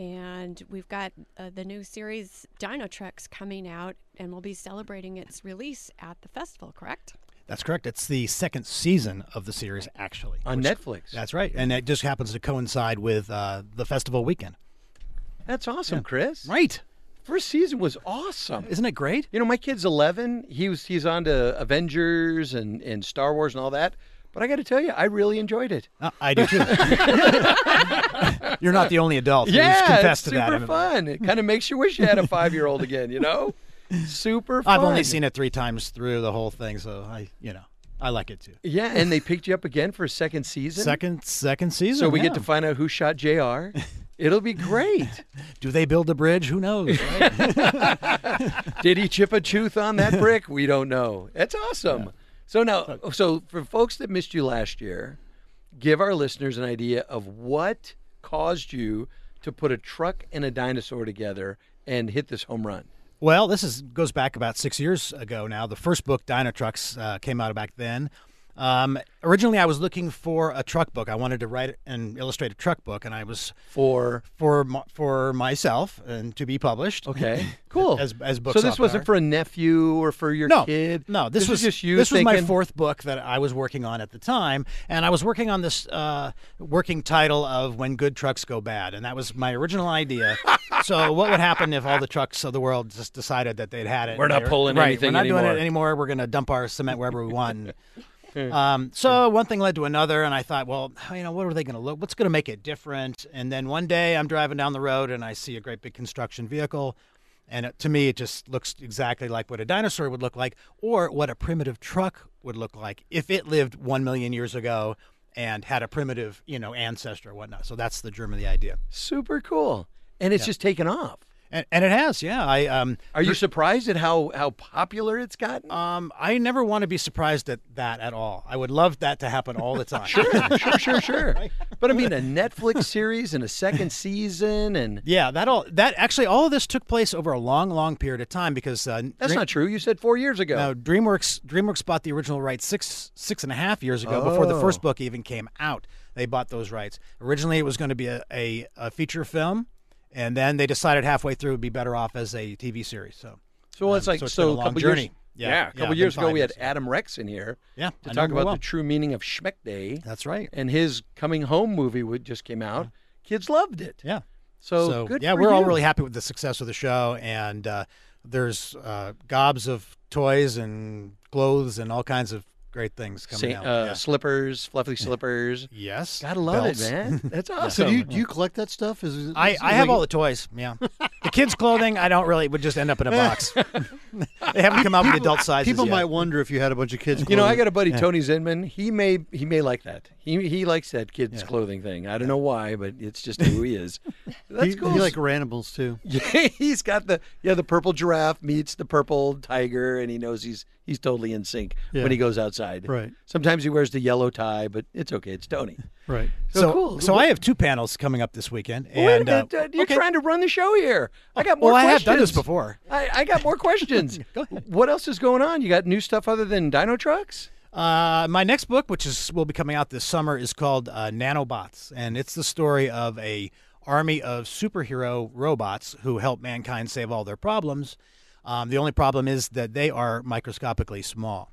And we've got uh, the new series Dino Treks coming out, and we'll be celebrating its release at the festival. Correct?
That's correct. It's the second season of the series, actually.
On
which-
Netflix.
That's right. And it just happens to coincide with uh, the festival weekend.
That's awesome, Chris.
Right.
First season was awesome.
Isn't it great?
You know, my kid's 11. He was he's on to Avengers and and Star Wars and all that. But I got to tell you, I really enjoyed it.
Uh, I do too. *laughs* You're not the only adult who's
yeah, it's
confessed to
super
that. I mean,
fun. It kind of makes you wish you had a five year old again. You know, super. fun.
*laughs* I've only seen it three times through the whole thing, so I, you know, I like it too.
Yeah, and they picked you up again for a second season.
Second, second season.
So we get
yeah.
to find out who shot Jr.
*laughs*
It'll be great.
Do they build a bridge? Who knows? right?
Did he chip a tooth on
*laughs*
that brick? We don't know. That's awesome. So now, so for folks that missed you last year, give our listeners an idea of what caused you to put a truck and a dinosaur together and hit this home run.
Well, this is goes back about six years ago now. The first book, Dino Trucks, uh, came out back then. Um, originally, I was looking for a truck book. I wanted to write and illustrate a truck book, and I was
For
for my- for myself and to be published. *laughs*
okay, cool.
As as books.
so this
often
wasn't
are.
for a nephew or for your
no,
kid.
No, this, was
is just you.
This was my
thinking-
fourth book that I was working on at the time, and I was working on this uh, working title of "When Good Trucks Go Bad," and that was my
*laughs*
original idea. so, what would happen if all the trucks of the world just decided that they'd had it?
We're not
They were-
pulling
right,
anything
We're not doing
anymore.
it anymore. We're going to dump our cement wherever we want. and- um, so one thing led to another, and I thought, well, you know, what are they going to look? What's going to make it different? And then one day, I'm driving down the road, and I see a great big construction vehicle. And it, to me, it just looks exactly like what a dinosaur would look like, or what a primitive truck would look like if it lived one million years ago and had a primitive, you know, ancestor or whatnot. So that's the germ of the idea,
Super cool, and it's just taken off.
and and it has, yeah. I um,
Are you surprised at how how popular it's gotten?
um, I never want to be surprised at that at all. I would love that to happen all the time. *laughs*
sure, sure, sure. But I mean, a Netflix series and a second
*laughs*
season, and
Yeah, that all that actually all of this took place over a long, long period of time because uh,
that's
Dream-
not true. You said four years ago.
No, DreamWorks DreamWorks bought the original rights six six and a half years ago before the first
Oh.
book even came out. They bought those rights. Originally, it was going to be a, a, a feature film, and then they decided halfway through it would be better off as a TV series. So
so it's
um,
like so,
so it's been a
a
long
couple
journey.
Years,
Yeah,
yeah,
yeah,
a couple
been
years ago
five
we had
years, yeah.
Adam Rex in here.
Yeah, I
to
know
talk
him
about
well.
the true meaning of Schmeck Day.
that's right.
and his coming home movie would just came out. Kids loved it.
Yeah.
So, good.
yeah,
for
we're all
you.
really happy with the success of the show, and uh, there's uh, gobs of toys and clothes and all kinds of great things coming
Sa-
out.
uh,
Yeah.
Slippers, fluffy
*laughs*
slippers.
Yes,
Gotta love
belts.
it, man.
*laughs*
That's awesome.
So do you do you collect that stuff? Is it,
I,
is it
I have
like-
all the toys.
*laughs*
Yeah, the kids' clothing I don't really would just end up in a box. they haven't come out with the adult sizes
People
yet.
might wonder if you had a bunch of kids.
You know, I
clothing.
got a buddy, Tony Zinman. He may he may like that. He he likes that kids clothing thing. I don't know why, but it's just who he
*laughs*
is. That's
He-
cool.
He like ranimals too.
yeah, *laughs* he's got the yeah the purple giraffe meets the purple tiger, and he knows he's he's totally in sync
Yeah.
when he goes outside.
Right.
Sometimes he wears the yellow tie, but it's okay. It's Tony.
Right.
So,
So cool.
so I have two panels coming up this weekend,
Well,
and
wait a minute,
uh,
uh, you're
okay.
trying to run the show here. I got more.
well, I
questions.
have done this before.
I, I got more questions.
*laughs* Go ahead.
What else is going on? You got new stuff other than dino trucks?
Uh, my next book, which is will be coming out this summer, is called uh, Nanobots, and it's the story of a army of superhero robots who help mankind save all their problems. Um, the only problem is that they are microscopically small.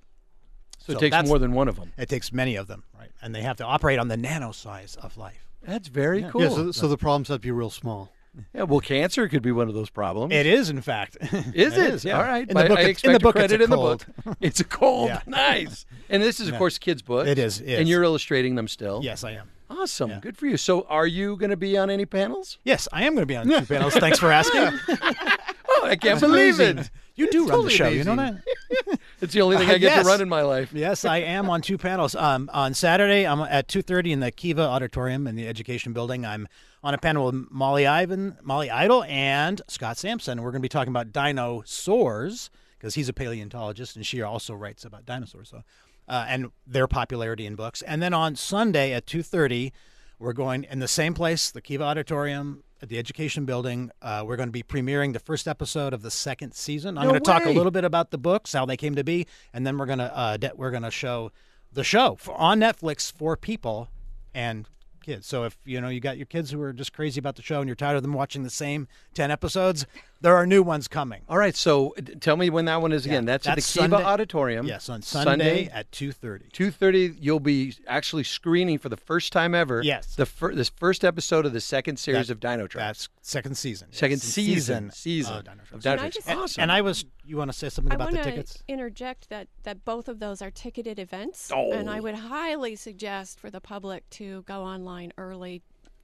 So,
So
it takes
that's-
more than one of them.
It takes many of them, right? And they have to operate on the nano size of life.
That's very cool.
Yeah. So, so the problems have to be real small.
Yeah, well, cancer could be one of those problems.
It is, in fact. *laughs*
is it?
yeah.
All right.
In
but
the book,
I
it's-
expect
in the
a
book,
credit
it's a
in the
cold.
book. *laughs* It's a cold.
Yeah.
Nice. And this is, of course, kids' books.
It is, it
And
is.
you're illustrating them still.
Yes, I am.
Awesome. Good for you. So, are you going to be on any panels?
Yes, I am going
*laughs*
to be on two panels. Thanks for asking.
Oh, I can't believe it.
You do run
totally
the show, you know
amazing.
that?
It's the only thing
Uh,
I get
yes.
to run in my life.
yes, I am on two panels. Um, on Saturday, I'm at 2:30 in the Kiva Auditorium in the Education Building. I'm on a panel with Molly Ivan, Molly Idle, and Scott Sampson. We're going to be talking about dinosaurs because he's a paleontologist and she also writes about dinosaurs. So, uh, and their popularity in books. And then on Sunday at 2:30, we're going in the same place, the Kiva Auditorium. At the Education Building, uh, we're going to be premiering the first episode of the second season. I'm
No
going to talk a
way.
little bit about the books, how they came to be, and then we're gonna uh, de- we're gonna show the show for, on Netflix for people and kids. So if you know you got your kids who are just crazy about the show and you're tired of them watching the same ten episodes, there are new ones coming.
All right. So, uh, d- tell me when that one is again. That's,
that's
at the Kiva
Sunday.
Auditorium.
Yes, on Sunday, at two thirty.
two thirty, you'll be actually screening for the first time ever.
Yes.
the fir- this first episode of the second series
That-
of Dino Trucks.
That's second season. yes,
Second
the
season,
of
season
Dino
of
Trucks.
Dino
Can I
Trucks.
just-
And,
awesome.
Oh, and I was, you want to say something
I
about
want
the
to
tickets?
interject that, that both of those are ticketed events,
Oh.
and I would highly suggest for the public to go online early,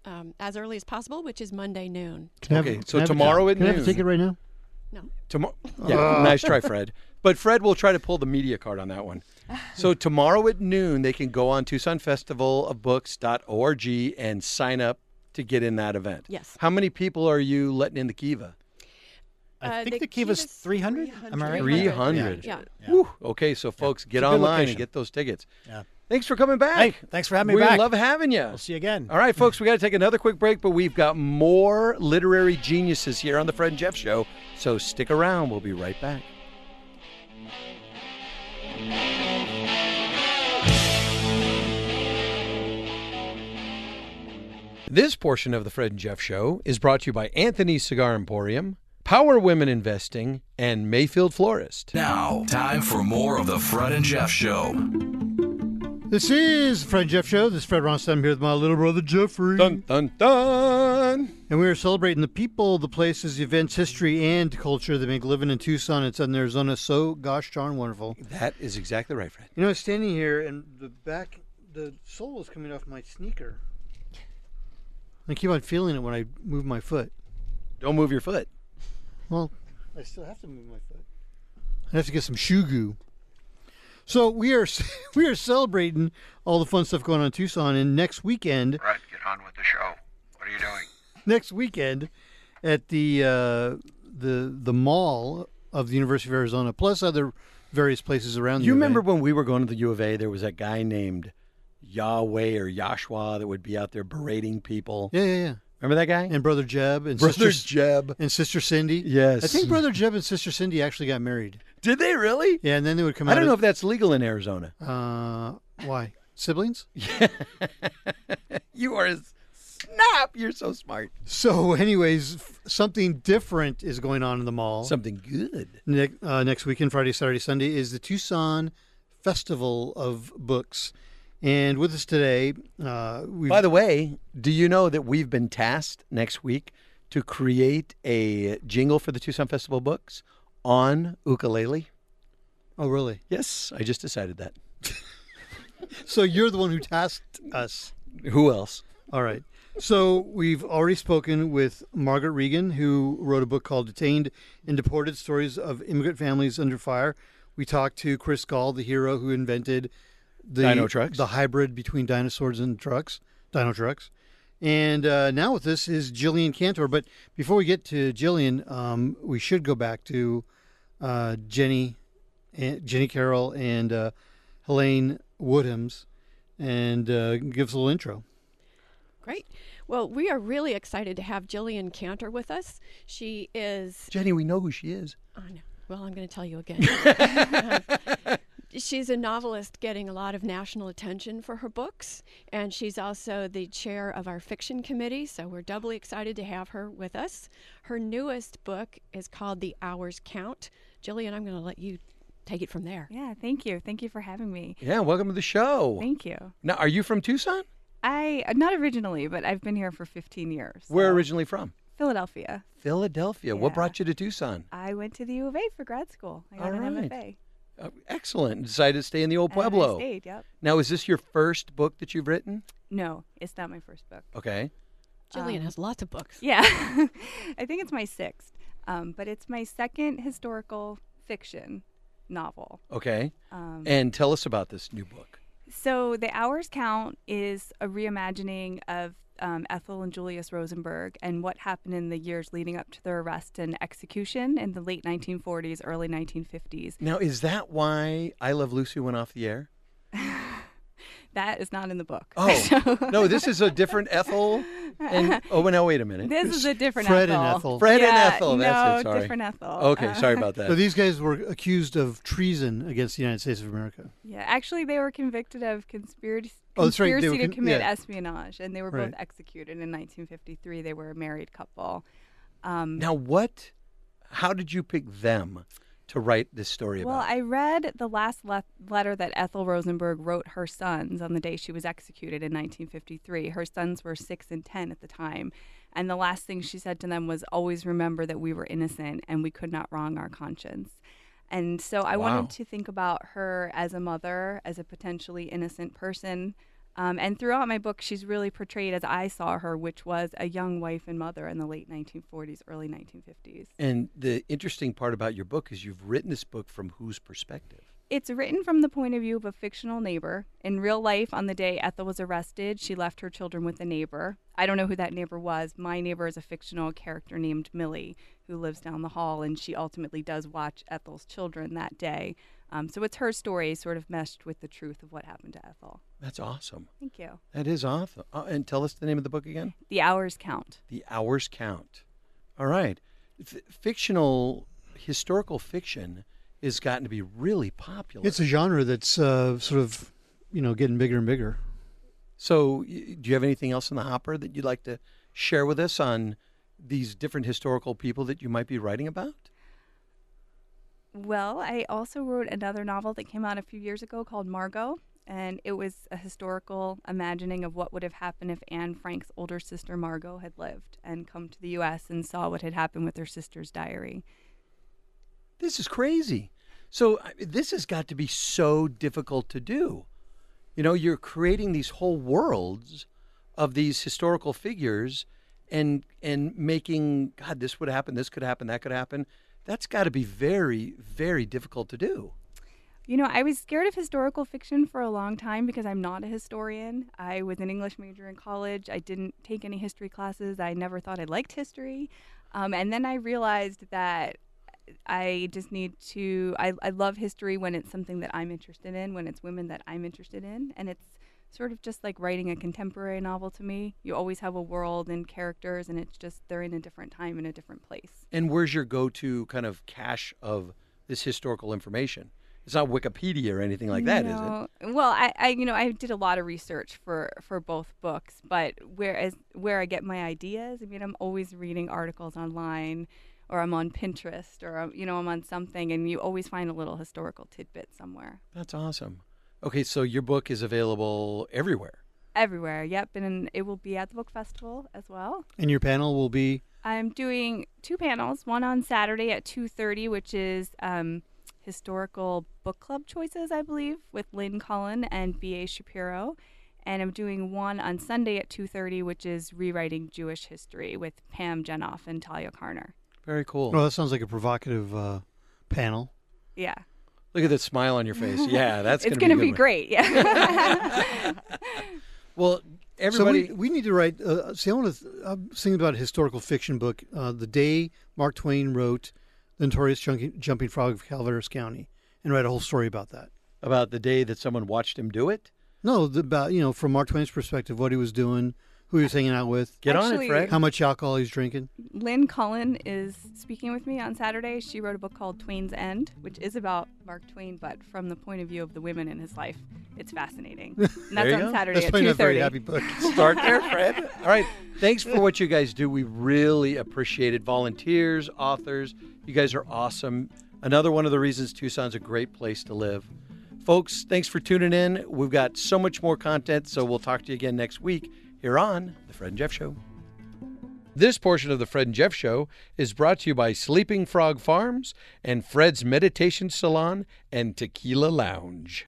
um, as early as possible, which is Monday noon.
Can I have-
Okay,
can
so
I have a-
tomorrow at
Can I have a
noon.
ticket right now?
*laughs*
Tomorrow, yeah, nice try, Fred. But Fred will try to pull the media card on
*laughs*
that one. So tomorrow at noon, they can go on Tucson Festival of Books.org and sign up to get in that event.
Yes.
How many people are you letting in the Kiva?
I
Uh,
think
the
the Kiva's
Kiva's
300. Am I right?
300.
Three hundred.
Yeah.
Woo. Okay, so folks, get
It's a good
online
location.
and get those tickets.
Yeah.
Thanks for coming back.
Hey, thanks for having me
we
back.
love having you.
We'll see you again.
All right, folks, we got to take another quick break, but we've got more literary geniuses here on the Fred and Jeff Show. So stick around. We'll be right back. This portion of the Fred and Jeff Show is brought to you by Anthony Cigar Emporium, Power Women Investing, and Mayfield Florist.
Now, time for more of the Fred and Jeff Show.
This is Fred and Jeff Show. This is Fred Ronstadt. I'm here with my little brother Jeffrey.
Dun, dun, dun.
And we are celebrating the people, the places, the events, history, and culture that make living in Tucson and Southern Arizona so gosh darn wonderful.
That is exactly right, Fred.
You know, standing here and the back, the sole is coming off my sneaker. I keep on feeling it when I move my foot.
Don't move your foot.
Well, I still have to move my foot. I have to get some shoe goo. So we are *laughs* we are celebrating all the fun stuff going on in Tucson, and next weekend,
Brett, get on with the show. What are you doing?
next weekend, at the uh, the the mall of the University of Arizona, plus other various places around. the
You
U of A.
remember when we were going to the U of A, there was that guy named Yahweh or Yashua that would be out there berating people.
Yeah, yeah, yeah.
Remember that guy?
And brother Jeb and
Brother
sister
Jeb.
and sister Cindy.
Yes.
I think brother Jeb and sister Cindy actually got married.
Did they really?
Yeah, and then they would come
I
out.
don't know
of-
if that's legal in Arizona.
Uh, why siblings?
you are a snap. You're so smart.
So, *laughs* anyways, f- something different is going on in the mall.
Something good.
ne- uh, next weekend, Friday, Saturday, Sunday, is the Tucson Festival of Books. And with us today, uh, we
By the way, do you know that we've been tasked next week to create a jingle for the Tucson Festival books on ukulele?
oh really?
Yes, I just decided that.
So you're the one who tasked us.
Who else?
All right. So we've already spoken with Margaret Regan, who wrote a book called "Detained and Deported: Stories of Immigrant Families Under Fire." We talked to Chris Gall, the hero who invented the
Dino trucks.
the hybrid between dinosaurs and trucks, dino trucks. And uh, now with this is Jillian Cantor. But before we get to Jillian, um, we should go back to uh, Jenny, and Jenny Carroll, and uh, Helene Woodhams, and uh, give us a little intro.
Great. Well, we are really excited to have Jillian Cantor with us. She is,
Jenny, we know who she is.
oh no, well, I'm going to tell you again. she's a novelist getting a lot of national attention for her books, and she's also the chair of our fiction committee, so we're doubly excited to have her with us. Her newest book is called The Hours Count. Jillian, I'm going to let you take it from there.
Yeah, thank you. Thank you for having me.
Yeah, welcome to the show.
Thank you.
Now, are you from Tucson?
I uh, not originally, but I've been here for 15 years.
Where
so-
originally from?
Philadelphia.
Philadelphia. What
Yeah.
brought you to Tucson?
I went to the U of A for grad school. I got
All
an
right.
MFA.
Uh, excellent. Decided to stay in the old
And I
pueblo.
stayed, yep.
Now, is this your first book that you've written?
No, it's not my first book.
Okay.
Jillian
Um,
has lots of books. *laughs*
Yeah, I think it's my sixth, um, but it's my second historical fiction novel.
Okay.
Um,
And tell us about this new book.
So the hours count is a reimagining of um, Ethel and Julius Rosenberg and what happened in the years leading up to their arrest and execution in the late 1940s, early 1950s.
Now, is that why I Love Lucy went off the
*laughs*
air?
That is not in the book.
Oh, no, this is a different Ethel. And, oh, well, now, wait a
*laughs*
minute.
This is a different
Fred
Ethel.
and Ethel.
Fred and
Yeah,
Ethel.
no,
That's it. Sorry.
different Ethel.
Okay,
Uh,
sorry about
So
that.
these guys were accused of treason against the United States of America.
*laughs* Yeah, actually, they were convicted of conspiracy,
Oh, that's right, they were
conspiracy
con-
to commit
yeah.
espionage, and they were
Right.
both executed in 1953. They were a married couple. Um,
Now, what? How did you pick them to write this story
Well,
about?
I read the last le- letter that Ethel Rosenberg wrote her sons on the day she was executed in 1953. Her sons were six and 10 at the time. And the last thing she said to them was, Always remember that we were innocent and we could not wrong our conscience. And so I
Wow.
wanted to think about her as a mother, as a potentially innocent person. Um, and throughout my book, she's really portrayed as I saw her, which was a young wife and mother in the late 1940s, early 1950s.
and the interesting part about your book is you've written this book from whose perspective?
It's written from the point of view of a fictional neighbor. In real life, on the day Ethel was arrested, she left her children with a neighbor. I don't know who that neighbor was. My neighbor is a fictional character named Millie, who lives down the hall, and she ultimately does watch Ethel's children that day. Um, so it's her story sort of meshed with the truth of what happened to Ethel.
That's awesome.
Thank you.
That is awesome. Uh, and tell us the name of the book again.
The hours count.
The hours count. All right. F- fictional, historical fiction has gotten to be really popular.
It's a genre that's uh, sort of, you know, getting bigger and bigger.
So, y- do you have anything else in the hopper that you'd like to share with us on these different historical people that you might be writing about?
Well, I also wrote another novel that came out a few years ago called Margot, and it was a historical imagining of what would have happened if Anne Frank's older sister Margot had lived and come to the U.S. and saw what had happened with her sister's diary.
This is crazy. So, I- this has got to be so difficult to do. You know, you're creating these whole worlds of these historical figures and and making god this would happen, this could happen, that could happen. That's got to be very very difficult to do.
You know, I was scared of historical fiction for a long time because I'm not a historian. I was an English major in college. I didn't take any history classes. I never thought I liked history. Um, and then I realized that I just need to, I, I love history when it's something that I'm interested in, when it's women that I'm interested in. And it's sort of just like writing a contemporary novel to me. You always have a world and characters, and it's just they're in a different time, in a different place.
And where's your go-to kind of cache of this historical information? It's not Wikipedia or anything like that, is it?
No. Well, I, I you know I did a lot of research for for both books, but whereas where I get my ideas, I mean I'm always reading articles online, or I'm on Pinterest, or I'm, you know I'm on something, and you always find a little historical tidbit somewhere.
That's awesome. Okay, so your book is available everywhere.
Everywhere, yep, and it will be at the book festival as well.
And your panel will be
I'm doing two panels, one on Saturday at 2:30, which is um, historical book club choices, I believe, with Lynn Cullen and B.A. Shapiro, and I'm doing one on Sunday at 2:30, which is rewriting Jewish history with Pam Jenoff and Talia Karner.
Very cool.
Oh.
Well, Oh, that sounds like a provocative uh, panel.
Yeah.
Look at that smile on your
*laughs*
face. Yeah, that's
it's
going to
be great. Yeah.
Well, everybody.
So we, we need to write. Uh, see, I want to. I'm thinking about a historical fiction book. Uh, the day Mark Twain wrote "The Notorious Junkie, Jumping Frog of Calaveras County," and write a whole story about that.
About the day that someone watched him do it.
No, the, about you know, from Mark Twain's perspective, what he was doing, who he was hanging out with.
Get on it, Actually- Fred.
How much alcohol he's drinking.
Lynn Cullen is speaking with me on Saturday. She wrote a book called Twain's End, which is about Mark Twain, but from the point of view of the women in his life. It's fascinating. And that's on Saturday
That's
at
probably
two
not a very
thirty.
happy book.
*laughs*
Start there, Fred. All right. Thanks for what you guys do. We really appreciate it. Volunteers, authors, you guys are awesome. Another one of the reasons Tucson's a great place to live. Folks, thanks for tuning in. We've got so much more content, so we'll talk to you again next week here on The Fred and Jeff Show. This portion of The Fred and Jeff Show is brought to you by Sleeping Frog Farms and Fred's Meditation Salon and Tequila Lounge.